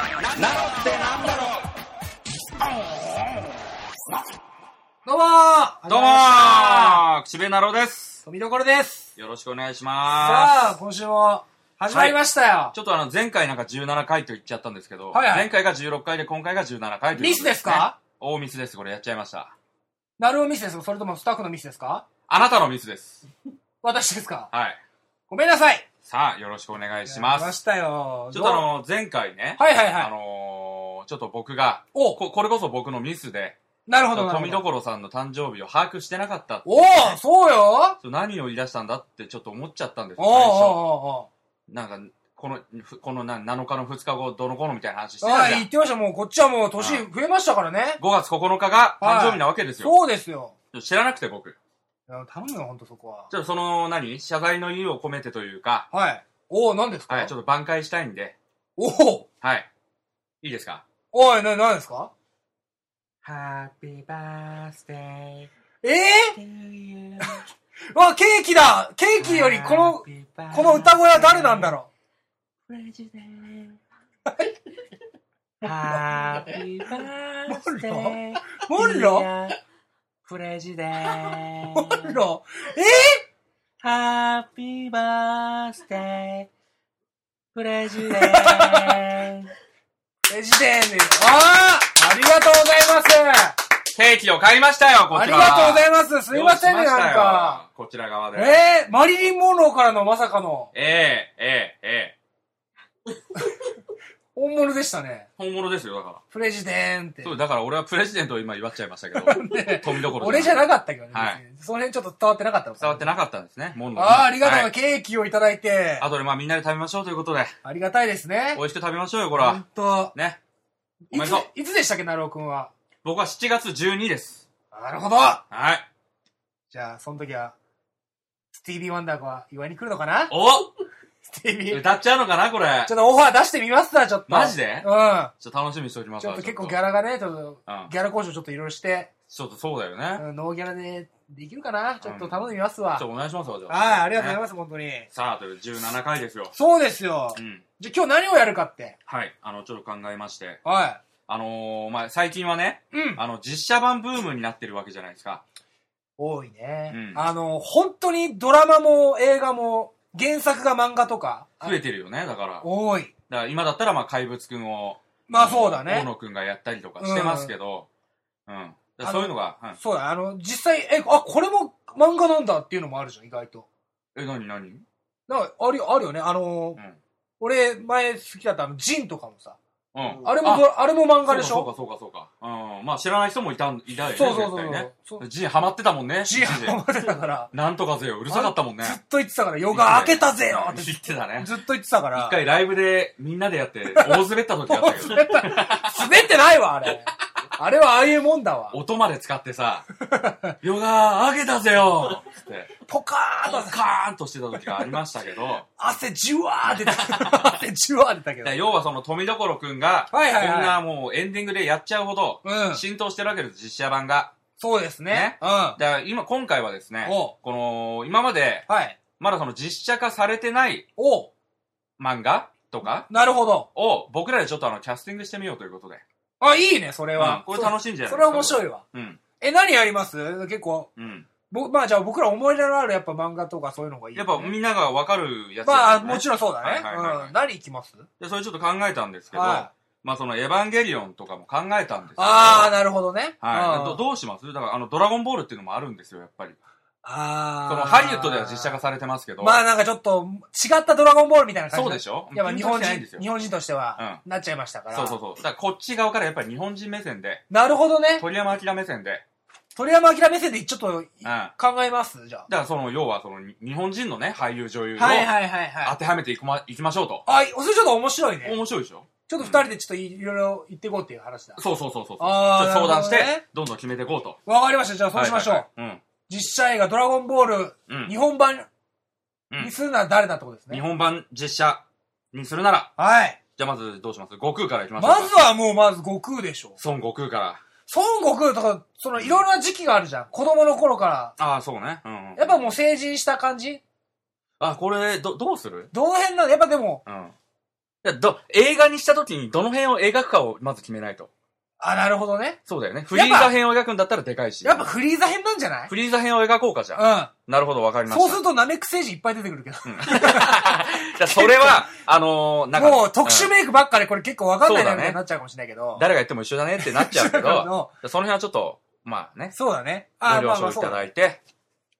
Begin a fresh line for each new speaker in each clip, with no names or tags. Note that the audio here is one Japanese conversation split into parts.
ってなんだろ
どうもー
うどうもー口笛なろうです
富所です
よろしくお願いし
さ
ま
あ、今週も始まりましたよ、
す。ちょっとあの、前回なんか17回と言っちゃったんですけど、
はいはい
前回が16回で今回が17回ということね
ミスですか
大ミスです。これやっちゃいました。
なるおミスですかそれともスタッフのミスですか
あなたのミスです。
私ですか
はい。
ごめんなさい
さあ、よろしくお願いしま。
やりますしたよ
ちょっとあ
どう
の、前回ね、
はいはいはい
あのー、ちょっと僕が、
お
ここれこそ僕のミスで、
なるほどな
富
るほど。
所さんの誕生日を把握してなかったって
おおそうよ
そう何を言い出したんだってちょっと思っちゃったんです
お
よ
ーおー
最初。
お
なんか、この、ふこのな7日の2日後、どうのこうのみたいな話し
ー
て
おーはい、
たじゃん
言ってました。もうこっちはもう年
う
増えましたからね。
5月9日が誕生日なわけですよ。
そうですよ。
知らなくて僕。ち
いや頼むよ、ほんとそこは。
ょっとその何、謝罪の意を込めてというか、
はい。おお何ですか
はい、ちょっと挽回したいんで、
おお
はい。いいですか
おい、な、何ですか
ハッピーバースデー
ええ ー、わ、ケーキだケーキよりこの、この歌声は誰なんだろ
ハッピーバースデ ー
うモンロ
プレジ デー
モンロえ
ハッピーバースデ ープレジデー
ー、レジデンですああありがとうございます
ケーキを買いましたよ、こ
あ
ち
り
ら。
がとうございますすいませんね、
用意しした
なん
よ
か。。
こちら側で。
えー、マリリン・モンローからのまさかの
ええええええ
本物でしたね。
本物ですよ、だか
プレジデンって
ら。。そう、だから俺はプレジデントを今祝っちゃいましたけど、 富所
俺じゃな
っ
かったけどね、
はい
別にその辺ちょっと伝わってなかった
た。伝わって
な
なかったんですね、もんのね
ああ、ありがとう、
はい
ケーキをいただいて。
あとでまあみんなで食べましょうということで、
ありがたいですね
美。味しく食べましょうよ、これ
ほん
は。
と。
ね。お
い
めでとう
つ、いつでしたっけ、なるおくんは。
僕は7月12です。
なるほど
はい。
じゃあ、その時は、スティービー・ワンダーが祝いに来るのかな
お
スティービー。
歌っちゃうのかな、これ。
ちょっとオファー出してみますわ、ちょっと。
マジで
うん。
ちょっと楽しみにしておきます
ちょ
わ
っと結構ギャラがね、ちょっと、
うん
ギャラ交渉ちょっといろいろして、
ちょっとそうだよね。
うんノーギャラでできるかなちょっと頼んでみますわ。
ちょっとお願いしますわ、じゃ
はい、ありがとうござい
ま
ます、本当に。
す。さあ、という17回ですよ。
そうですよ
う。ん。
じゃあ今日何をやるかって。
はい。あの、ちょっと考えまして。
は
あのー、まあ、最近はね、
い。うん。
あの、実写版ブームになってるわけじゃないですか。
多いね。
うん
あの、本当にドラマも映画も、原作が漫画とか。
増えてるよね、だから。だか
多い。
ら今だったら、まあ、怪物くんを。
まあそうだ
大
ね。
野くんがやったりとかしてますけど、うん。だからそういうのが、うん
そうだ、あの、実際、え、あ、これも漫画なんだっていうのもあるじゃん、意外と。
え、なになに
なんか、あるよ、あるよね。あの、
うん
俺、前好きだったあの、ジンとかもさ。
うん。
あれもドラ、あれも漫画でしょ
そうか、そうか、そうか。そうかうん。まあ、知らない人もいたん、いたよね。
そうそうそう
絶対ね。
そう。
ジンハマってたもんね。
ジン
一時
ハマってたから、
なんとかぜよ、うるさかったもんね。
ずっと言ってたから、夜が明けたぜよって
言ってたね。
ずっと言ってたか
一
ら、
回ライブでみんなでやって、大滑った時あったけど、
滑ってないわ、あれ。あれはああいうもんだわ。
音まで使ってさ、ヨガ上げたぜよつって、
ポカーンと
カーンとしてた時がありましたけど、
汗じゅわー出た。汗じゅわー出たけど
だから。要はその富所くんが、こん
はいはいはい
なもうエンディングでやっちゃうほど、
うん。
浸透してるわけです、実写版が。
そうですね
ね。
うん。は
だから今、今回はですね、
お
この、今まで、
い。
まだその実写化されてない
おう
漫画とか
なるほど。
を、僕らでちょっとあの、キャスティングしてみようということで。
あ、いいね、それ
う
は
ん。これ楽しいんじゃないですか
それは面白いわ。
うん。
え、何やります結構、
うん。
僕、まあじゃあ僕ら思い出のあるやっぱ漫画とかそういうのがいい、
やっぱみんながわかるやつ、
まあ、もちろんそうだね。
はいはいはいはい
うん。何いきます
で、それちょっと考えたんですけど、
は
まあそのエヴァンゲリオンとかも考えたんですけど、
ああ、なるほどね。
はい、
うん
どどうしますだからあのドラゴンボールっていうのもあるんですよ、やっぱり。
あ
そ
あ。
のハリウッドでは実写化されてますけど、
まあなんかちょっと違ったドラゴンボールみたいな感じ
そうで
し
しょ
やっぱ日本
ピンときてないんです
人、
よ
日本人としては、なっちゃいましたから。
そうそうそう。だからこっち側からやっぱり日本人目線で、
なるほどね。
鳥山明目線で、うん。
鳥山明目線でちょっとい
だか
考えますじゃ
らその要はそのに日本人のね、俳優女優を
あ。はいはいはい
当
はい。
てはめていこまいきましょうと。
あ、それちょっと面白いね。
面白いでしょ
ちょっと二人でちょっといろいろ言っていこうっていう話だ。
そうそうそうそうそう。
あー
ちょっと相談し
なるほど
て
ね、
どんどん決めていこうと。
わかりました。じゃあそうしましょ
は
う
い。はいはい
実写映画ドラゴンボール、
うん。うん
日本版
うん
にするなら誰だってことです
日
ね。
本版実写にするなら、
はい。
じゃあまずどうします悟空からいきま
ま
しょうか。
ずはもうまず悟空でしょ。
孫悟空から。
孫悟空とか、そのいろいろな時期があるじゃん。子供の頃から。
ああ、そうね。うん、うん。
やっぱもう成人した感じ
あ、これ、ど、どうする
どの辺なのやっぱでも、
うん。やど映画にした時にどの辺を描くかをまず決めないと。
あ、なるほどね。
そうだよね。フリーザ編を描くんだったらでかいし。
やっぱフリーザ編なんじゃない
フリーザ編を描こうかじゃあ。
う
なるほど、わかり
ん。
まし
そ
た。
うするとナメック星人いっぱい出てくるけど。
じゃあそれは、あのーなんか。
もう特殊
ん
メイクばっかでこれ結構わかんない
そうだ
なみ
ね
たいになっちゃうかもしれないけど。
誰が言っても一緒だねってなっちゃうけ
なるほ
ど
ど、
その辺はちょっと、まあね、
そうだね。
ご
あ、
了
まあま
承
あ
い
そ
た
うだ
だ
ね。
いて、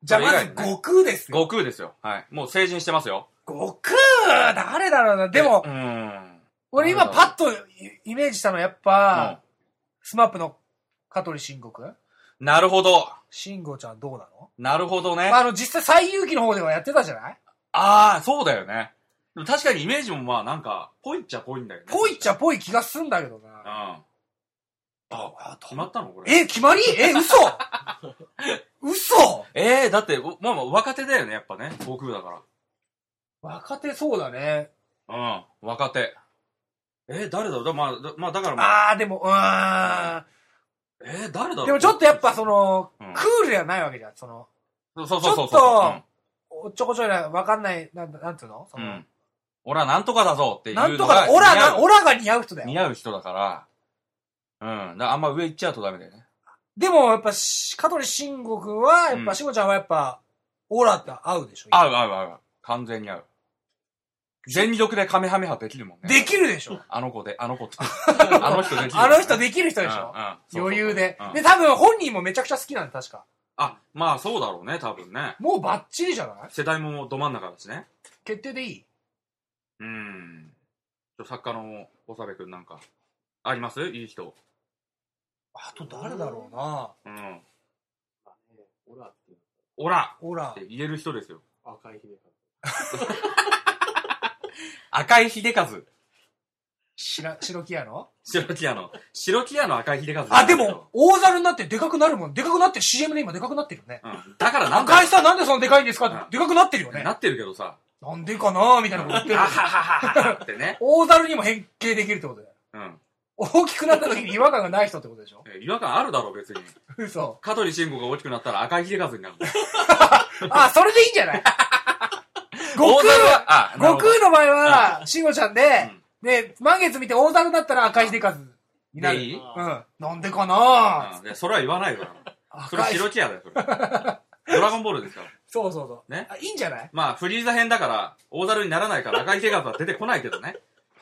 じゃあま
それ
ず
以外のね
悟空ですよ。
悟空ですよ。はい。もう成人してますよ。
悟空誰だろうな。でも
う、ん。
俺今パッとイイメージしたのはやっぱ、スマップの香取慎吾くん
うんなるほど。
慎吾ちゃんどうなの
なるほどね。
まああの、実際最遊記の方ではやってたじゃない
ああ、そうだよね。でも確かにイメージもまあなんか、ぽいっちゃぽいんだよね。
ぽいっちゃぽい気がすんだけど
うん。
な。
あ、決まったのこれ。
え、決まりえ、 嘘嘘
ええー、だって、おまあまあ若手だよね、やっぱね。悟空だか
若手そうだね。
ら。うん。若手。えー、誰だろうだまあ、だまあだからまあ、
あー、でも、うーん。
えー、誰だろう
でもちょっとやっぱその、
うん
クールではないわけじゃん。その、
そうそうそうそう。
ちょっとおっちょこちょいな、わかんない、なん、なんつうのそ
うん。う
の、
ん。俺はなんとかだぞっていうの
な
が
ん
似合う。
とか、オラな、オラが似合う人だよ。
似合う人だから。うん。だからあんま上行っちゃうとダメだよね。
でもやっぱし、香取慎吾くんは、やっ
うん
ぱ、慎吾ちゃんはやっぱ、オラって合うでしょ
合う合う合う合う。完全に合う。全力でカメハメハできるもんね。
できるでしょ
あの子で、あの子 って。あの人できるよね、
あの人できる人でし
うんうん
ょ
そうそう
余裕で
うん。
で、多分本人もめちゃくちゃ好きなんだ、確か。
あ、まあそうだろうね、多分ね。
もうバッチリじゃない
世代もど真ん中だしね。
決定でいい
うん。ちょ作家の長部くんなんか、ありますいい人。
あと誰だろうな
うん。
オラっていう
オラ
オラ
っ。て言える人ですよ。
赤い姫
赤井秀和。
しら、白木屋の
白木屋の。白木屋の赤井秀和。
あ、でも、大猿になってでかくなるもん。でかくなって CM で今でかくなってるよね。
うん。だからなん
赤
だ
井さんなんでそんなでかいんですか
うん
ってでかくなってるよね
な。ってるけどさ。
なんでかなみたいなこと言ってる
あ。ははははってね。
大猿にも変形できるってことだよ。
うん。
大きくなった時に違和感がない人ってことでしょ
え違和感あるだろ、別に。
嘘。
香取慎吾が大きくなったら赤井秀和になる。
あ、それでいいんじゃない悟
大
空
猿は、あ、なる
悟
ほど
空の場合は、慎吾ちゃんで
うん、
で、満月見て大猿だったら赤い秀和になる。
でいい
香。
うん。なんでかな
うんいやそれは言わないわ。それ
赤い。
白木屋だよ、それ。ドラゴンボールですから。
そうそうそう。
ね
あいいんじゃない
まあ、フリーザ編だから、大猿にならないから、赤い手形は出てこないけどね。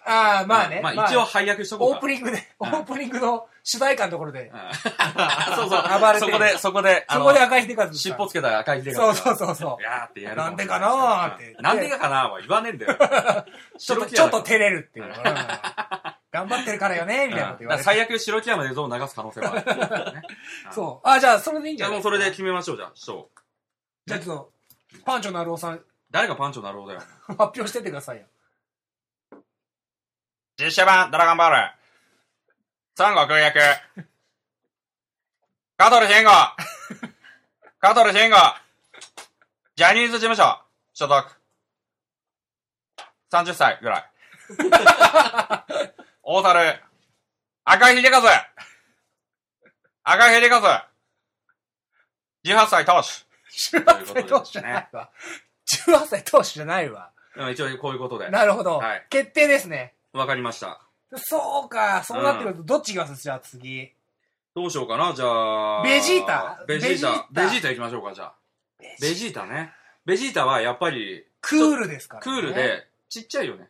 ああ、まあね。
まあ、一応配役しとこう
オ
か。
ープニングで、
う
オ
ん
ープニングの主題歌のところで
う、ん そうそう。
暴れて
そ
る
こで、そこで、
そこで
あの
赤い秀和さん。
尻尾つけた赤い手形。
そうそうそうそう
い。やーってやる
なんでかなーって
なんでかなーは言わねえんだよ。
ちょっ
白
と、
木
ちょ
屋だ
っと
から
照れるっていう。うん頑張ってるからよね、みたいなこと
うん
言
だ
わ
から
れて。
最悪白木屋の映像を流す可能 性はあるからね。
そう。あ、じゃあ、それでいいんじ
じゃ
ゃ
あ
な
も
いう
それで決めましょう、じゃあ。そう。
じゃあ、ちょっと、パンチョなるおさん、
誰がパンチョなるほどだよ。
発表してってくださいよ。
実写版ドラゴンボール。孫悟空役。カトル慎吾。カトル慎吾。ジャニーズ事務所。所属。30歳ぐら い。大猿。赤いひでかず。赤いひでかず。18歳投手。
18歳投手じゃ ないわ。18歳投手じゃないわ。
一応こういうことで。
なるほど
はい。
決定ですね。
わかりました。
そうか、そうなってくると、どっちいきますじゃあ次。
どうしようかな、じゃあ。
ベジータ
ベジータ。ベ
ベジータ
ジータ行きましょうか、じゃあ。ベジータね。ベジータはやっぱり
クールですから。
クール。で、ちっちゃいよね。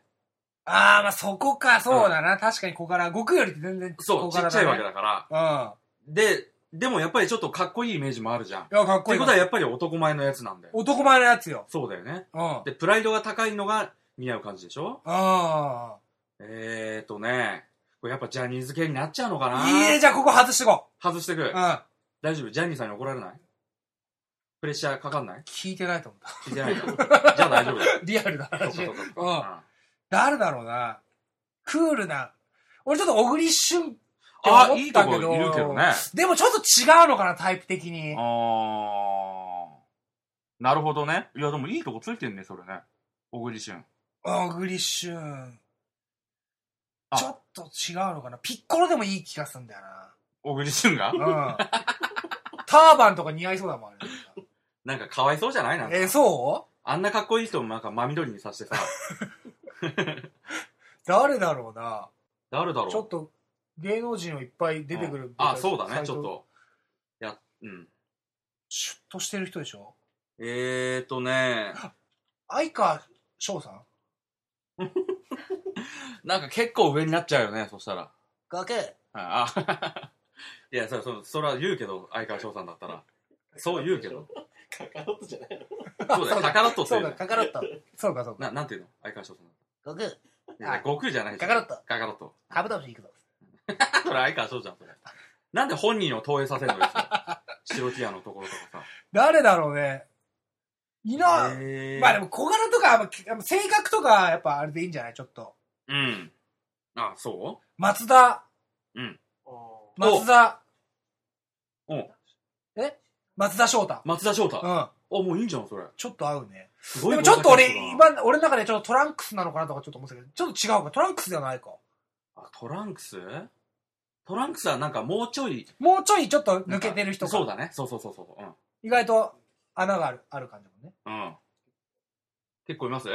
あー、まあそこか、そうだな。確かに小柄。悟空よりって全然
そ
小
う、ち
柄だ
っ
ね。
ちゃいわけだから。
う
で、でもやっぱりちょっとかっこいいイメージもあるじゃん。っ
ん。いや、かってこいい
こ
な。
とはやっぱり男前のやつなんだよ。
男前のやつよ。
そうだよね。
うん。あ
で、プライドが高いのが似合う感じでしょ
あ
えーとね、これやっぱジャニーズ系になっちゃうのかな
ー。いいね、じゃあここ外してこ
外してく
う。う。ん。
大丈夫ジャニーさんに怒られないプレッシャーかかんない
聞いてないと思った。
聞いて ないから。じゃあ大丈夫だよ。
リアルな
そうか
話
そ。うかそう
うん
か。
誰だろうな。クールな。俺ちょっと小栗旬って
あ、
思
いい
っ
と
た
こ
け
い
ど。
るけどね。
でもちょっと違うのかな、タイプ的に。
あー。なるほどね。いや、でもいいとこついてんね、それね。小栗旬。
小栗旬。
あ
ちょっと違うのかな。ピッコロでもいい気がすんだよ
小栗旬が
な。うん。ターバンとか似合いそうだもん、あれ
なんかかわいそうじゃないなんか
えー、そう
あんなかっこいい人もなんか真緑にさしてさ。
誰だろうな。
誰だろう
ちょっと、芸能人をいっぱい出てくる。
あ、そうだ
サ
ね、
イ
ち
ト
ょっ。と。いや、うん。
シュッとしてる人でしょ
えーとね、
相川翔さん
なんか結構上になっちゃうよね、そしたら。
ガケ
ああ いやそれそれそれは言うけど相川翔さんだったらそう言うけど
カカロットじゃないの
そうだよカカロットって
そ
言
う
う
か、
よ
カカロット。そうか、そうか。
ななんていうの相川翔さ
ガ
ん
ケ
いや
あ
悟空じゃない
カカロット
カカロット
ハブダブシ行くぞ。
それ相川翔じゃ んそれなんで本人を投影させるのよそれ白ティアのところとかさ
誰だろうね。い な、
へー
まあでも小柄とか、まあ性格とか、やっぱあれでいいんじゃないちょっと。
うんあそ
松田、
お
松田、
ううん
松田翔太。
松田翔太
う
あ
ん。
もういいんじゃんそれ
ちょっと合うね。
す
で
ごい
もちょっと俺、
豪華キャストだな
今、俺の中でちょっとトランクスなのかなとかちょっと思ってたけど、ちょっと違うか。トランクスではないか。
あトランクストランクスはなんかもうちょい
もうちょいちょっと抜
なんか
けてる人か。
そうだねそうそうそうそううん
意外と穴がある、ある感じだもんね。
うん。結構います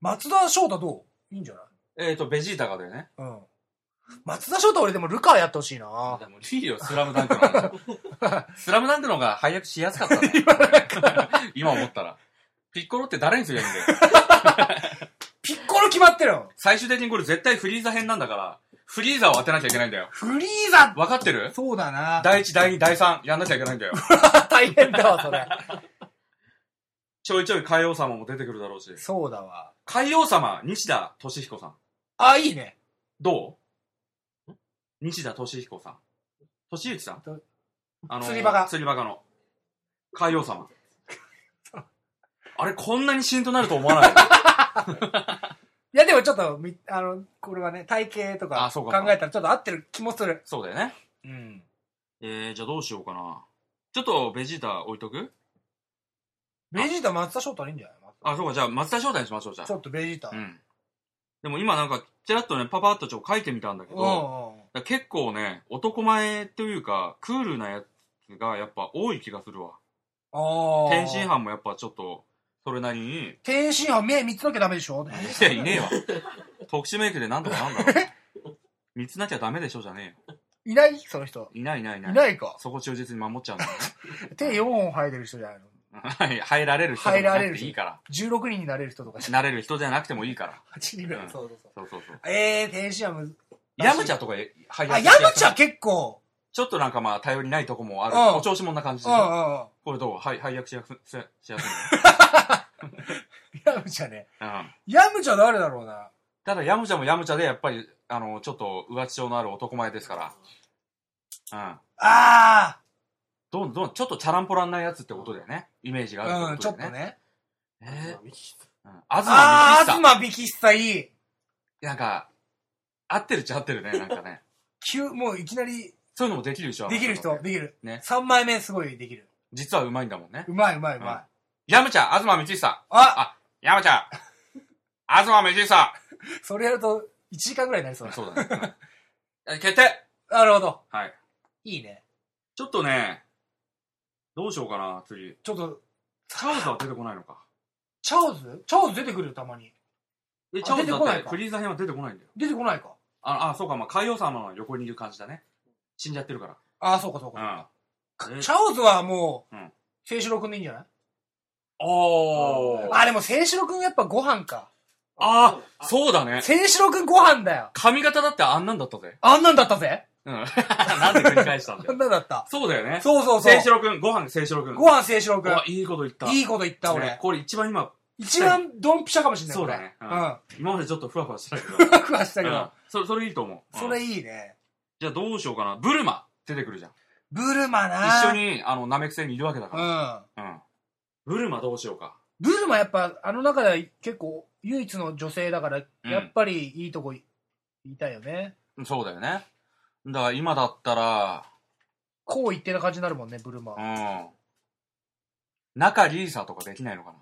松田翔太どういいんじゃない
えっ、ー、と、ベジータがだよね。
うん。松田翔太俺でもルカやってほしいな
でもいいよ、スラムダンクの話。 スラムダンクの方が配役しやすかったね。今思ったら。ピッコロって誰にすりゃいいんだよ。
ピッコロ決まってるの
最終的にこれ絶対フリーザ編なんだから、フリーザを当てなきゃいけないんだよ。
フリーザ
わかってる
そうだな
第1、第2、第3、やんなきゃいけないんだよ。
大変だわ、それ。
ちょいちょい海王様も出てくるだろう し。
そうだわ。
海王様、西田敏彦さん。
あ、いいね。
どう西田敏彦さん。敏之さん
ど
あ
釣りバカ
釣りバカの。海洋 様。あれ、こんなにシーンとなると思わない
いや、でもちょっとみ、あの、これはね、体型とか
あそう
考
かそうか
えたらちょっと合ってる気もする。
そうだよね。
うん。
えー、じゃあどうしようかな。ちょっとベジータ置いとく
ベジータ、松田翔太でいいんじゃない
あ、そうか、じゃあ松田翔太にしましょう、じゃ
ち
あ。
ょっとベジータ。
う
うん
ん。でも今なんか、ちらっとね、パパッとちょっと書いてみたんだけど、
う
だか
ん。
ら結構ね、男前というか、クールなやつがやっぱ多い気がするわ。
ああ。
天津。飯もやっぱちょっと、それなりに、
天津飯、目見つなきゃダメでしょ
いや、い ねえわ。特殊メイクでなんとかなんだろう。見つなきゃダメでしょじゃねえよ。
いないその人。
いないいないいないい。
ないか。
そこ忠実に守っちゃうん だよ
手4本生えてる人じゃないの。
ね。入られる人じゃなくていいから。
16人になれる人とかじゃ
なれる人じゃなくてもいいから。
8人ぐらい。
うん
そうそうそう。
そうそうそう。
ええー、天津飯むず
ヤムチャとか入ら
あ、
せてや
ヤ
った
ムチャ結構。
ちょっとなんかまあ頼りないとこもある。
うん
お調子者な感じ
う
で
んう
しょ。
んうん。
これどうはい、配役しやすしやしやすい。
ヤムチャね。
うん。
ヤムチャ誰だろうな。
ただヤムチャもヤムチャでやっぱり、あの、ちょっと浮気症のある男前ですから。うん。
あ
どんどん、ちょっとチャランポランなやつってことだよね。イメージが
あ、
あ
う
る
ん、
て
ちょ
こ
っ
と
と
だよね。
ね。
え
ミキ
ー、うん。あずま
あ
みき
あ、
さ
東美キッサいい。
なんか、合ってるっちゃ合ってるね、なんかね。
急、もういきなり、
そういうのもできるでしょ
できる人、できる。
ね
3枚目すごいできる。
実はうまいんだもんね。
うまいうまいうまい。
うんヤムチャ、あずまみちさ。
あ、
ヤムチャ、あずまみちさ。
それやると1時間ぐらいになりそうだ。
そうだね。うん決定
なるほど。
はい。
いいね。
ちょっとね、どうしようかな、次。
ちょっと、
チャウズは出てこないのか。
チャオズチャオズ出てくるよ、たまに。
え、
あ
チャウズ
出てこな
だ
い
って
か
フリーザ編は出てこないんだよ。
出てこないか。
あ、あ、そうか、まあ、海洋様の横にいる感じだね。死んじゃってるか
ああ、そうかそうか。
ら。うん。
チャオズはもう
うん、
聖四郎くんでいいんじゃない
おー。
あ、でも聖四郎くんやっぱご飯か。
あー、そうだね。
聖四郎くんご飯だよ。
髪型だってあんなんだったぜ。
あんなんだったぜ。
うん。 なんで繰り返したんだ
あ
よ
ん。なんだった。
そうだよね。
そうそうそう
聖。四郎くん、ご飯聖四郎くん。
ご飯聖四郎くん
う。わいいこと言った。
いいこと言った、
ね
俺。
これ一番今、
一番ドンピシャかもしれない。
そうだね
これ
う
うんん。
今までちょっとふわふわしてたけど。
ふわふわしたけ
うん
ど。
それ、それいいと思う。
そ
うん
れいいね。
じゃあどうしようかな。ブルマ出てくるじゃん。
ブルマな
一緒。に、あの、ナメクセにいるわけだ
う
か
ん。
ら。うん。ブルマどうしようか。
ブルマやっぱ、あの中では結構唯一の女性だから、
うん
やっぱりいいとこいいたいよね。
そうだよね。だから今だったら、
こう一定な感じになるもんね、ブルマ。
うん。中リーサとかできないのかな。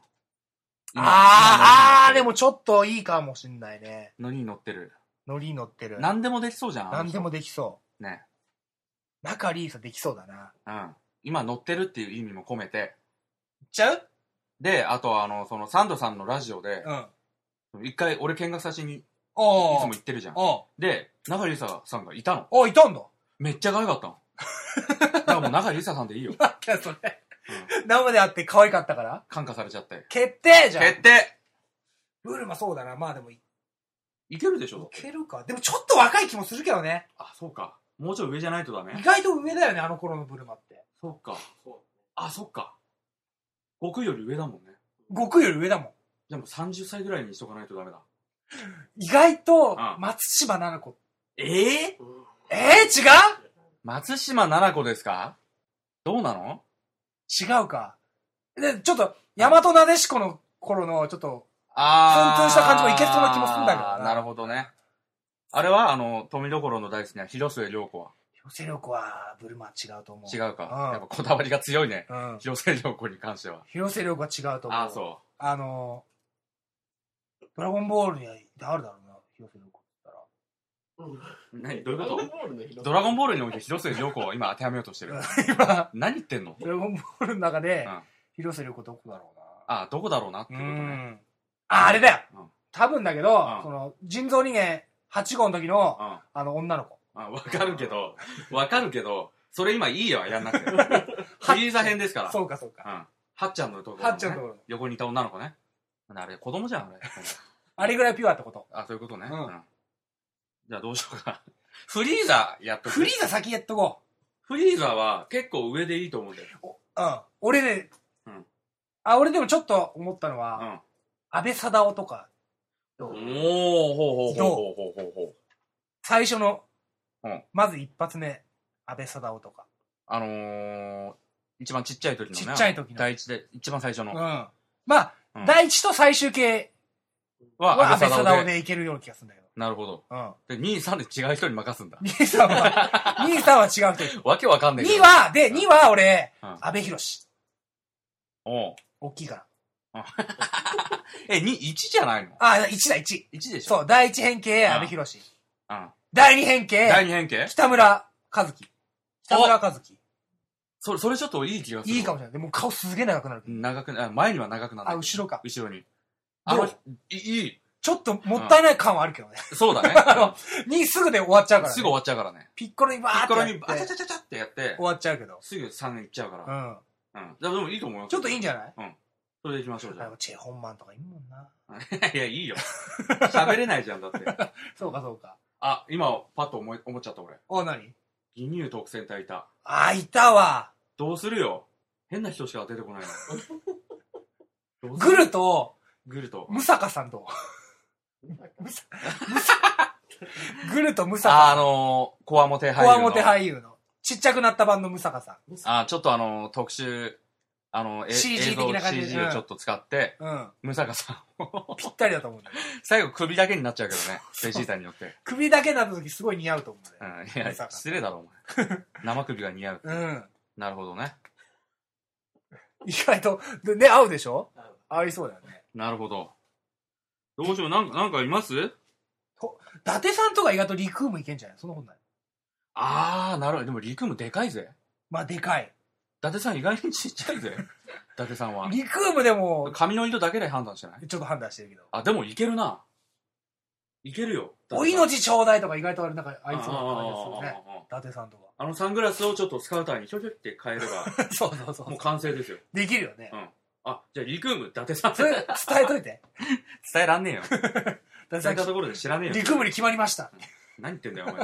今
あー、あー、
今
でもちょっといいかもしんないね。
のに乗ってる。
ノリに乗ってる。な
何でもできそうじゃん。
んでもできそ
ね。
う。中リーサできそうだな。
うん。今乗ってるっていう意味も込めて。
いっちゃう
で、あとはあの、そのサンドさんのラジオで、
うん。
一回俺見学させに
あ
い
あ
つも。行ってるじゃん。
あ
で、中井りささんがいたの。
あ。ああ、いたんだ。
めっちゃ可愛か ったの。だからもう中井りささんでいいよ。
なんだそれ。生で会って可愛かったから
感化されちゃって。
決定じゃん。
決定
ブルマそうだな。まあでも、い
いけるでしょ
けるか。でもちょっと若い気もするけどね。
あ、そうか。もうちょい上じゃないとダ
意
メ。
外と上だよね、あの頃のブルマって。
そうか。あ、そっか。悟空より上だもんね。
悟空より上だもん。
じゃあもう30歳ぐらいにしとかないとダメだ。
意外と
う、ん
松島菜々子。
ええ
えー、
松島奈々子ですかどうなの
違う違うか。で、ちょっと、大和なでしこの頃の、ちょっと、
あー。
ツンツンした感じもいけそうな気もするんだけどな
あーなるほどね。あれは、あの、富所の大好きな広末涼子は
広瀬涼子は、ブルマは違うと思う。
違
う。
うか
ん。
やっぱこだわりが強いね。
うん。
広末涼子に関しては。
広瀬涼子は違うと思う。
ああ、そう。
あの、ドラゴンボールにはあるだろうな、広瀬涼子だ っ
何どういう
ドラ
こ
ゴン
と
ボールの広
ドラゴンボールにおいて広末涼子を今当てはめようとしてる。
たら。今、
何言ってんの
ドラゴンボールの中で
うん、
広瀬涼子どこだろう
ああ、どこだろうなって
な。
ことね。
ん。あ、あれだよ
うん
多分だけ
う
ど
ん、
その、人造人間8号の時の、
うん。
あの、女の子。
あわかるけど、わかるけど、それ今い いよ、やんなくて。フリーザ編ですから。
そうか、そうか。
うん。はっちゃんのところ、
は
ね。
っちゃんのところ
横にいた女の子ね。あれ、子供じゃん、あれ。
あれぐらいピュアってこと。
あ、そういうことね。
うん
じゃあどうしようか。フリーザやっとく
フリーザ先やっとこ
フリーザは結構上でいいと思うんだよ。
う。うん。俺ね
うん、
あ、俺でもちょっと思ったの
う
は、
ん。
安倍貞夫とか、
おー、ほうほうほうほうほうほうほう。
最初の
うん、
まず一発目、安倍貞夫とか。
あのー、一番ちっちゃい時のね。
ちっちゃい時の
第一で、一番最初
う
の。
ん。まあ
う、ん
第一と最終形
は、
は
安
安倍
倍
サ
貞
ダを
夫で。
でいけるような気がするんだけど。
なるほど。
うん。
で、2位、3で違う人に任すんだ。
兄さんは、兄さんは違う人でしょ。
わけわかんないけど。
2は、で、2は俺、
うん
安倍博士。
おう
大きいから。
え、2、1じゃないの
あ、1だ、1。
?1 でしょ
そう、第1変形、安倍博士。
うん。
第2変
第
形、
2変形
北村和樹。北村和樹。
それ、それちょっといい気がする。
いいかもしれない。でも顔すげえ長くなるけど。
長くな、あ前には長くなる。
あ後ろか
後ろに。あ
どう
の、いいい、
ちょっともったいない感はあるけどね。
そう だね。
2すぐで終わっちゃう
うん
から、ね。
すぐ終わっちゃうからね。
ピッコロにバー
ピ
っ
ッ
て
コ
やって
ロに、あちゃちゃちゃちゃってやって
終、わっちゃうけど。
すぐ3いっちゃうか
う
ら。
ん。
うん。でもいいと思うよ。
ちょっといいんじゃない
それでいきましょう、じ
あ
ゃ
のチェ・ホンマンとかいるもんな。
あ。いや、いいよ。喋れないじゃん、だって。
そうか、そうか。
あ、今、パッと思い、思っちゃった、俺。
お、何
ギニュー特選隊いた。
あ、いたわ。
どうするよ。変な人しか出てこない の。
グルと、
ぐると。
ムサカさんと。 グルとムサカ
あ、
さ
あ
ん。
のー、コアモテ俳
コ
優の。
アモテ俳優の。ちっちゃくなった版のムサカさ
あ、ちょっとあのー、特集、あのー、え
CG
映像
的な感じで
CG をちょっと使って、
ん。うん。
ムサカさんを。
ぴったりだと思うんだよ。
最後首だけになっちゃうけどね。ベジータによって。
首だけになった時すごい似合うと思うんだ
う
よ。
ん。いや
ムサ、カ
失礼だろ、お 前。生首が似合う。
うん。
なるほどね。
意外と、でね、合うでしょ
合
合
う
いそうだよね。
なるほど。どうしよう、なんか、なんかいます
伊達さんとか意外と陸もいけんじゃないそんなことない。
あー、なるほど。でも、リクもでかいぜ。
まあ、でかい。
伊達さん意外にちっちゃいぜ。伊達さんは。
リクームでも、
髪の色だけで判断してない
ちょっと判断してるけど。
あ、でもいけるな。いけるよ。
お
ち
命ちょうだいとか意外とあれなんか合いそうな感じがするね。
あ
伊達さんとか。
あのサングラスをちょっとスカウターにひょひょって変えれば、
そうそうそ
もう
う。
完成ですよ。
できるよね
うん。あ、じゃあリクーム、伊達さん。
それ伝えといて。
伝えらんねえよ。
伊達
伝
さ
え
ん
た、ところで知らねえよ。
リクームに決まりました。
何言ってんだよ、お前。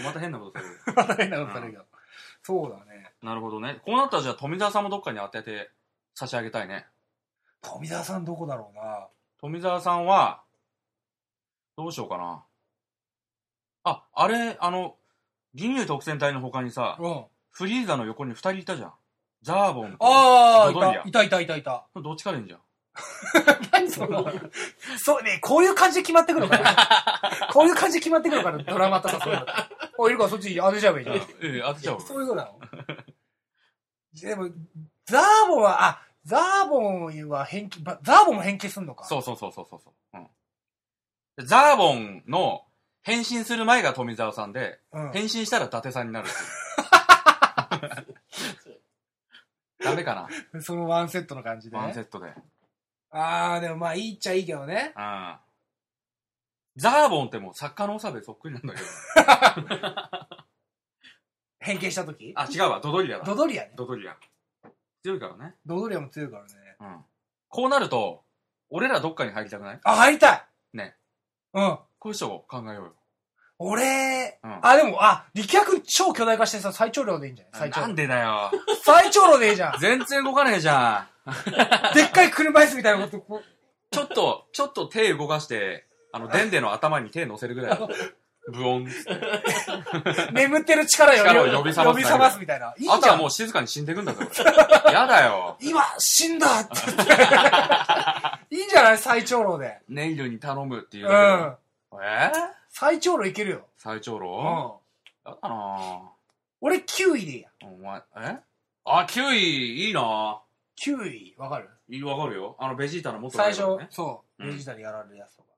おまた変なことする。
また変なことされるけど。そうだね。
なるほどね。こうなったらじゃあ富澤さんもどっかに当てて差し上げたいね。
富澤さんどこだろうな。
富澤さんは、どうしようかな。あ、あれ、あの、銀融特選隊の他にさ、
うん。
フリーザの横に二人いたじゃん。ザーボンと。
あ
ドドリ
あ、いた、いたいたいたいた。
どっちかでいいんじゃん。
何その。 そうね、こういう感じで決まってくるのから。 こういう感じで決まってくるから、ドラマとかそういうの。おいるからそっち当てちゃえばいいじゃん。
ええ、当てちゃおう。
そういうことなのでも、ザーボンは、あ、ザーボンは変形、ばザーボンも変形すんのか。
そうそうそうそうそうそう。うん。でザーボンの変身する前が富澤さんで、
う。ん。
変身したら伊達さんになるって いう。ダメかな
そのワンセットの感じで
ワン
ね
セ。ットで。うん。
ああ、でもまあ、いいっちゃいいけどね。
ザーボンってもう作家の長部そっくりな んだけど。
変形した時
あ、違うわ、ドドリアだ
ド。ドリアね。
ドドリア。強いからね。
ドドリアも強いからね。
うん。こうなると、俺らどっかに入りたくない
あ、入りたい
ね。
うん。
こういう人を考えようよ。
俺、
うん
あ、でも、あ、力学超巨大化してさ、最長量でいいんじゃない最長
な
量
ん。でだよ。
最長量でいいじゃん。
全然動かねえじゃん。
でっかい車椅子みたいなこと、こう
ちょっと、ちょっと手動かして、あの、デンデの頭に手乗せるぐらいの。ブオン。
眠ってる力
力を
よ
呼び覚ます
呼び覚ますみたいな。いいな
あとはもう静かに死んでいくんだぞ、 俺やだよ。
今、死んだって言って。いいんじゃない最長老で。
ネイルに頼むっていううだけで。
ん。
えー、
最長老いけるよ。
最長
う
老、
ん。
やだな
俺9位でいいや。
ぁお前、えあ、9位、いいなぁ
9位、わかる
いい、わかるよ。あの、ベジータの元ラ
最
イバル
初
ね。、
そう。
うん
ベジータにやられるやつとか。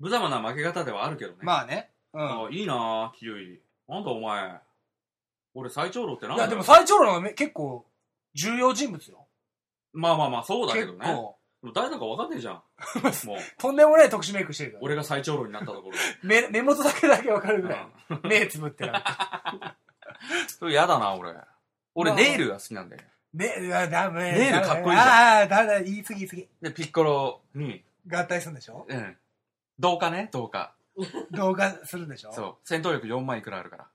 無様な負け方ではあるけどね。
まあね。うん。
あいいなぁキウイ。なんだお前。俺最長老ってなん
い
だ
や、
よ
でも最長老はめ結構、重要人物よ。
まあまあまあ、そうだけ
結
どね。で
構、
も誰だかわかん ねえじゃん。もう、
とんでもない特殊メイクしてるから。
俺が最長老になったところで。
目目元だけだけわかるぐらい。
うん
目つぶってる。
それやだな、俺。俺、
まあ
ネイルが好きなんだよ。
ね、うわ、ダメ。
ネイル
ダメ
かっこいいじゃん
ああ、だだ、言い過ぎ言い過ぎ。
で、ピッコロに、
合体するんでしょ
うん。同化ね、同化。
動画するんでしょ
そう。戦闘力4万いくらあるから。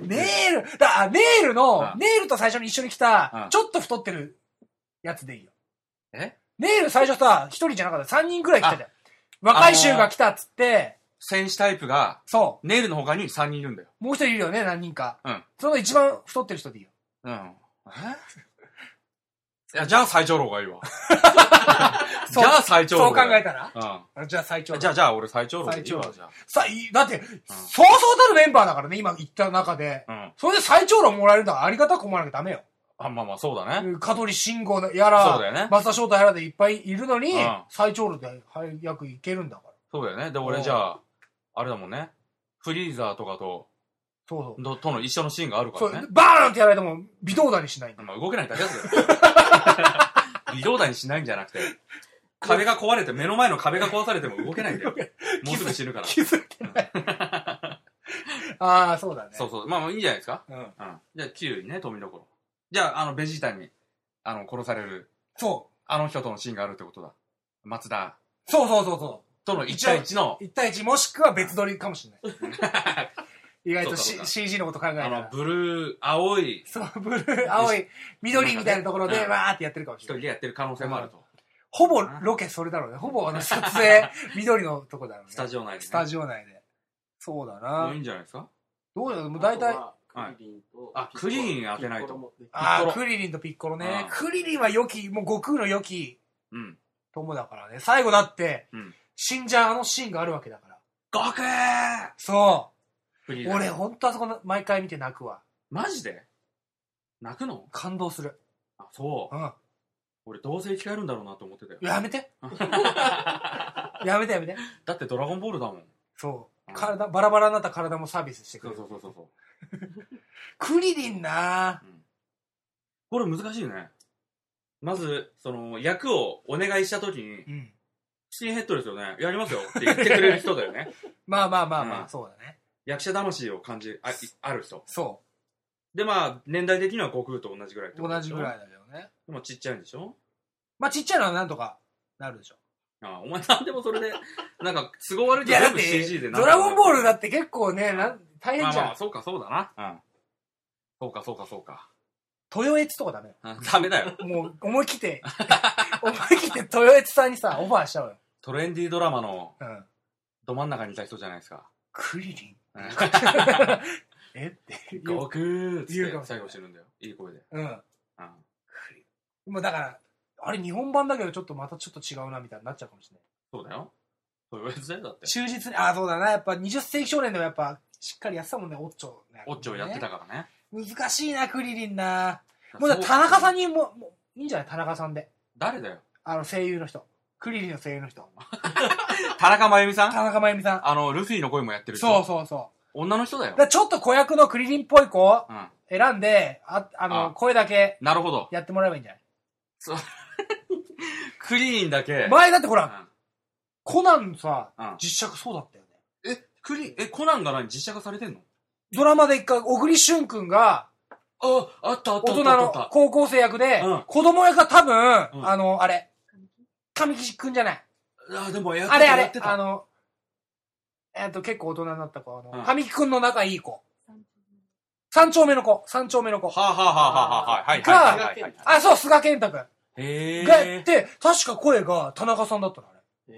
ネイル、だ、あネイルの
あ、
ネイルと最初に一緒に来
あ
た、ちょっと太ってるやつでいいよ。
え
ネイル最初さ、一人じゃなかった。三人くらい来たじゃん。若い衆が来たっつって、
戦士タイプが、
そ
ネイルの他に3人いるんだよ。
う。もう一人いるよね、何人か。
うん
その一番太ってる人でいいよ。
うん。えいや、じゃあ最長老がいいわ。じ
そう
ゃあ最長
そ
老
う考
だよ。
えたら
う
あじゃあ最長。
ん。じゃあ、じゃあ俺最長老でいい
最
わ
長老、
じゃ
さ、いだって、そうそうたるメンバーだからね、今言った中で。
あ。うん。
それで最長老もらえるんだからありがたく思わなきゃダメよ。
あ、まあまあ、そうだね。
香取慎吾や
そうだよね
ら、松田翔太やらでいっぱいいるのに
うん、
最長老で早くいけるんだから。
そうだよね。で、俺じゃあ、あれだもんね。フリーザーとかと、
そうそう。
のとの一緒のシーンがあるか
そ
らね
う。、バーンってやられても、微動だにしないんだ。
まあ、動けないだけだよ。微動だにしないんじゃなくて、壁が壊れて、目の前の壁が壊されても動けないんだ よ。もうすぐ死ぬから。
気づいてない。 ああ、そうだね。
そうそう。まあまあ、いいんじゃないですか。
うん。
うん。じゃあ、キウイね、富所。じゃあ、あの、ベジータに、あの、殺される、
そ
あの人とのシーンがあるってことだ。松田
う。そうそうそうそ
との1対1の
う。、一対一もしくは別撮りかもしれない。 意外と
そうかそう
C-
か
CG のこと考えた
あの
ら、。
ブルー、青い
そう、ブルー、青い、緑みたいなところ
なん
で、
かね
わーってやってるかも
一
しれ
人
ない。
でやってる可能性もあると。
ほぼロケそれだろうね。ほぼあの撮 影、緑のとこだろうね。
スタジオ内で、ね。
スタジオ内で。そうだ
も
な
ういい。んじゃないですか
どうだろうもう大体、あ
あとはクリリンと
あクリリン当てないと
ピッコロも
あ
ピ
ー、
ッコロ
クリリンとピッコロね
うん。
クリリンは良き、もう悟空の良き
うん。
友だからね。最後だって
うん、
死んじゃうあのシーンがあるわけだから。
ゴクー
そ
フリ
う。
ーザ
俺、ほんとあそこの毎回見て泣くわ。
マジで泣くの
感動する。
あ、そう
う。ん。
俺どうせ生き返るんだろうなと思ってたよ。
やめ て。やめてやめて。
だってドラゴンボールだもん。
そう
う。ん
体、バラバラになった体もサービスしてく
そう
れる
そう。そうそう。
クリリンな
これ難しいね。まず、その、役をお願いしたときに
ぁ。、うん。
チキンヘッドですよね。やりますよって言ってくれる人だよね。
まあまあまあま
うん
あ、そうだね。
役者魂を感じ、あいある人。
そ
で、まあ、年代的には悟空と同じぐらいって
う。
こと
同
でし
じ
ょ
ぐらい。だけどね。
でもちっちゃいんでしょ
まあちっちゃいのはなんとかなるでしょ。
あお前なんでもそれで、なんか、都合悪い
い
け
や、
ど
だっ
全部 CG で
て、
なん
ド
とか
ラゴンボールだって結構ね、なん大変
まあ
じ
ま
ゃ
あ、
ん。
そうかそうだな。うん。そうかそうかそうか。
豊悦とかダメよ。
うんダメだよ。
もう、思い切って、 思い切って豊悦さんにさ、オファーしちゃおうよ。
トレンディードラマの
うん。
ど真ん中にいた人じゃないですか。
クリ リン。えって言う。
悟空っつ
言うか
って
もしれ
最
な
後
い
死ぬんだよ。いい声で。
うん。
うん。
もうだから、あれ日本版だけどちょっとまたちょっと違うなみたいになっちゃうかもしれない。
そうだよ。そういうやつだよ、だって。
忠実に、あ、そうだな。やっぱ20世紀少年でもやっぱ、しっかりやってたもんね、オッチョ、ね。
オッチョやってたからね。
難しいな、クリリンな。もうだから田中さ
ん
んにも、もういいんじゃない田中さんで。
誰だよ。
あの、声優の人。クリリンの声優の人。
田中真由美さん
田中真由美さん。
あの、ルフィの声もやってる人。
そうそうそう。
女の人だ
だ
よ
か。らちょっと子役のクリリンっぽい子を
うん。
選んで、あ、あの、
あ
声だけ
なるほど。
やってもらえばいいんじゃない
クリーンだけ。
前だってほ
う
ら、
ん
コナンさ、
うん
実写そうだったよね。
え、クリ、え、コナンが何実写化されてんの
ドラマで一回、小栗旬くんが、
あ、あったあ
大
ったあ
人
ったあっ
の
た。
高校生役で、
うん
子供役が多分、
ん
あの、あれ、神木くんじゃない。
あ、でもやってた。
あれあ
や
れ
って、た
あの、えっと、結構大人になった子、あの、
うん
神木くんの仲いい子。三丁目の子、三丁目の子。
はあ、はあはあはあはあ、はい。
が
はいはいはいはい。
あ、そう、菅健太くん。
へ
がやっ
え。
て、確か声が田中さんだったの、あれ。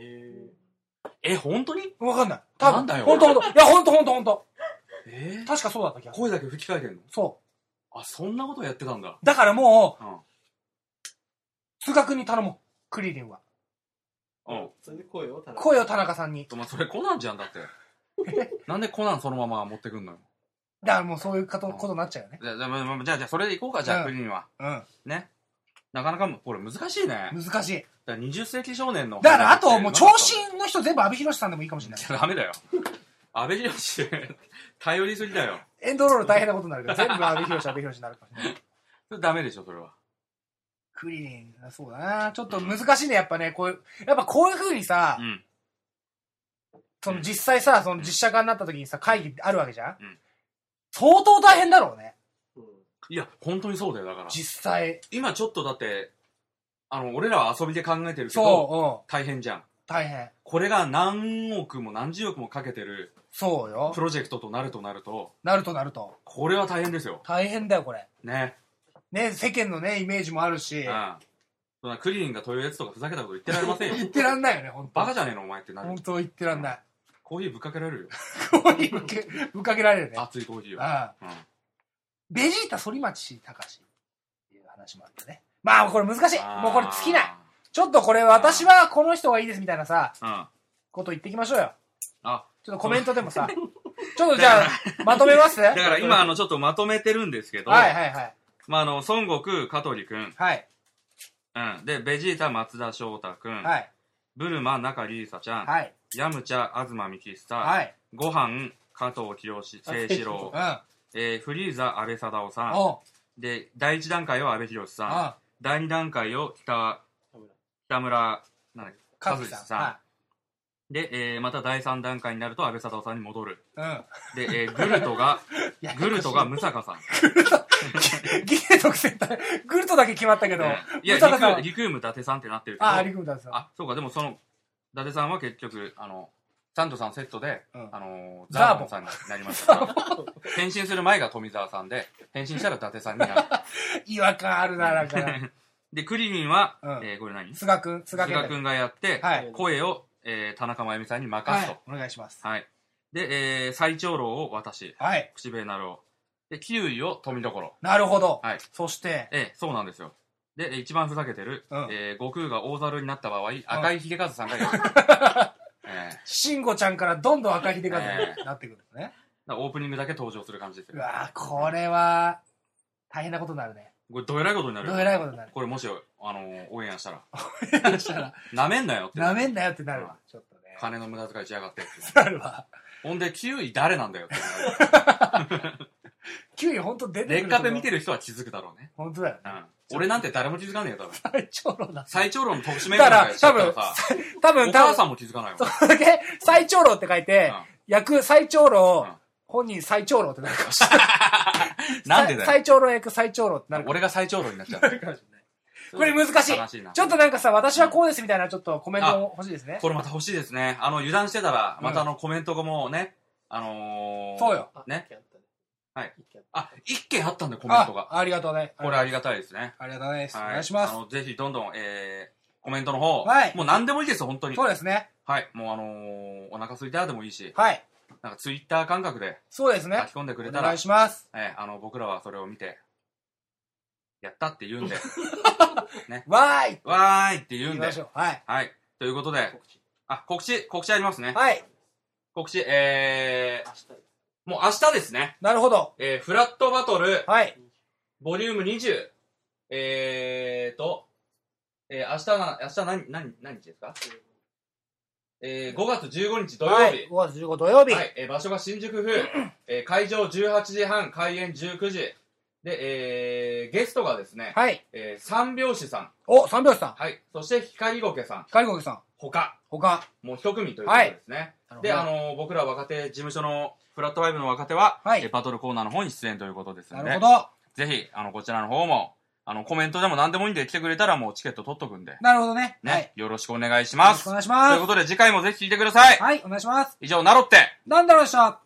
え、本当に
わかんない。多分。
なんだよ
ほんとほんと。いや、ほんとほんとほんと。
え
確かそうだった気がする。
声だけ吹き替えてんの
そ
あ、そんなことやってたんだ。
う。だからもう、
うん
数学に頼もう。クリリンは。
うん。
それで声をただ
声を田中さんに。
まあ、それコナンじゃんだって。 なんでコナンそのまま持ってくんのよ。
だからもうそういうことことになっちゃうよね。
じゃあ、じゃあまあまあじゃあ、じゃあそれでいこうか、じ
う
ゃあ、
ん
クリリンは。
う
ね。なかなかもう、これ難しいね。
ん。難しい。
だから20世紀少年の。
だからあともう長身の人全部阿部寛さんでもいいかもしれない。
ダメだよ。安倍博士、頼りすぎだよ。
エンドロール大変なことになるけど、全部阿部寛、阿部寛になるかもしれない。
それダメでしょ、それは。
クリリン、そうだな。ちょっと難しいね、やっぱね。こういう、やっぱこういう風にさ、
うん。
その実際さ、その実写化になった時にさ、会議あるわけじゃん、
うん
相当大変だろうね。
いや、本当にそうだよ、だから。
実際。
今ちょっとだって、あの、俺らは遊びで考えてるけど、
そう、
大変じゃん。
うん。大変。
これが何億も何十億もかけてる
そうよ
プ。ロジェクトとなるとなると、
なるとなると。
これは大変ですよ。
大変だよ、これ。
ね。
ね、世間のね、イメージもあるし
う、ん。そんなクリリンがというやつとかふざけたこと言ってられません
言っ
よ。
てらんないよね、ほんと
バ。カじゃねえの、お前ってな
ほ
る
ん。と言ってらんない。
コーヒーぶっかけられるよ。
こういうぶっけぶっかけられるね。
熱いコーヒーを。
あ
うん。
ベジータ、反町隆史っていう話もあってね。まあ、これ難しい。もうこれ尽きない。ちょっとこれ、私はこの人がいいですみたいなさ、
あ
こと言っていきましょうよ。
あ
ちょっとコメントでも さ、ちょっとじゃあ、まとめます
ー。うん。だから今、あの、ちょっとまとめてるんですけど、
はいはいはい。
まあ、あの、孫悟空、香取くん、
はい。
うん。で、ベジータ、松田翔太くん、
はい。
ブルマ、中里依紗ちゃん、
はい。
ヤムチャ、東幹久、
はい。
ご飯、加藤清志、
あ
清志郎
う、ん。
えー、フリーザ、安倍貞夫さん、
おう。
で、第一段階を安倍博さん、
うん。
第二段階を北、北村、なんだっけ
か
和
ず
志さん
さ
で、えー、また第三段階になると安倍貞夫さんに戻る。
ん。はい。
で、えー、グル トが、
うん。
グルトが、ムサカさん。
ギネ特選隊。グルトだけ決まったけど。
うんいや、
ムサカさんは
リクリクーム伊達さんってなってるけど、
あ、リクムダンさん。
あ、そうか、でもその、伊達さんは結局、あの、サンドさんセットで、
うん
あのー、
ザ
ザ
ーボ
ーボ
ン
ンさんになりましたから、変身する前が富澤さんで、変身したら伊達さんになる。
違和感あるな、なんかな。
で、クリリンは、
うん
えーこれ何
菅くん、菅健太
君がやって、
はい。
声を、えー田中真由美さんに任
は
すと。
い。お願いします。
はい。で、えー最長老を私、
はい。
口笛なるを。で、キウイを富所。
なるほど。
はい。
そして、
ええそうなんですよ。で、えー一番ふざけてる、
うん
えー悟空が大猿になった場合、赤いひげかずさん がやる。えー
慎吾ちゃんからどんどん赤ひでかずになってくるのね。
だからオープニングだけ登場する感じです
う
よ。
わぁ、これは、大変なことになるね。
これ、どえらいことになる
どえらいことになる。
これ、もし、あのーオンエアしたら、
そしたら、
なめんなよって。
なめんなよってなるわ。ちょっとね。
金の無駄遣いしやがってって。
なるわ。
ほんで、キウイ誰なんだよって。
キウイほんと出てくる
劣
とこ。
化ペ見てる人は気づくだろうね。
ほんとだよね。
うん。俺なんて誰も気づかねえよ、多分。
最長老だ。
最長老の特殊メ
だ
ガ
か
ネ
ら、
と
多
かや
分
っちゃっ、
多
たらさ、
分、
お
多
母
分、
さんも気づかないもん。
それだけ、最長老って書いて、役最長老
うん、
本人最長老ってなるかもしれない。
なんでだよ。
最長老役最長老ってなるかも
俺が最長老になっちゃう。
これ難 しい。
悲しいな。
ちょっとなんかさ、私はこうですみたいなちょっとコメントも欲しいですね。
これまた欲しいですね。あの、油断してたら、またあの、コメント後もね、あのー、
そうよ。
あ
ね
一件あったね
はい
一件あっ
あ、一件あったんだ、コメントが。
あ、ありがとうね。
これありがたいですね。
ありがとうね。お
は
願いします
あ。の、ぜひ、どんどん、えー、コメントの方、
はい
もう何でもいいですよ、本当に。
そうですね。
はい。もうあのー、お腹空いたでもいいし、
はい。
なんかツイッター感覚で
そうです
書
ね
き。込んでくれ
お
たら、
願いします。
えーあの、僕らはそれを見て、やったって 言うんで、
わーい
わーいって言
言
う
い
ん
ま
で
し、ょう。はい。
はい。ということ
た
で、
告知
あ、告知、告知ありますね。
はい。
告知、え
明日
ー、もう明日ですね。
なるほど。
えー、フラットバトル、
はい。
ボリューム20。えーと、えー、明日な、明日何、何、何日ですかえー、5月15日土曜日。
はい。5月15土曜日。
はい、えー場所が新宿風、えー会場18時半、開演19時。で、えーゲストがですね、
はい。
えー三拍子さん、
お、三拍子さん。
はい、そして光ゴケさん、
光国さん。
他、
他。
もう一組ということですね。
はい
で、あの、僕ら若手、事務所のフラットファイブの若手は、
はい
えバトルコーナーの方に出演ということです
な
の
るほ
で、
ど。
ぜひ、あの、こちらの方も、あの、コメントでも何でもいいんで来てくれたらもうチケット取っとくんで、
なるほどね。
ね、
はい。よ
よろしくお願いし
ろ
ま
しく
す。
お願いし
という
ま
ことで次回もぜひ聞いてください。
す。はい、お願いします。
以上、ナロって
なんだろうでした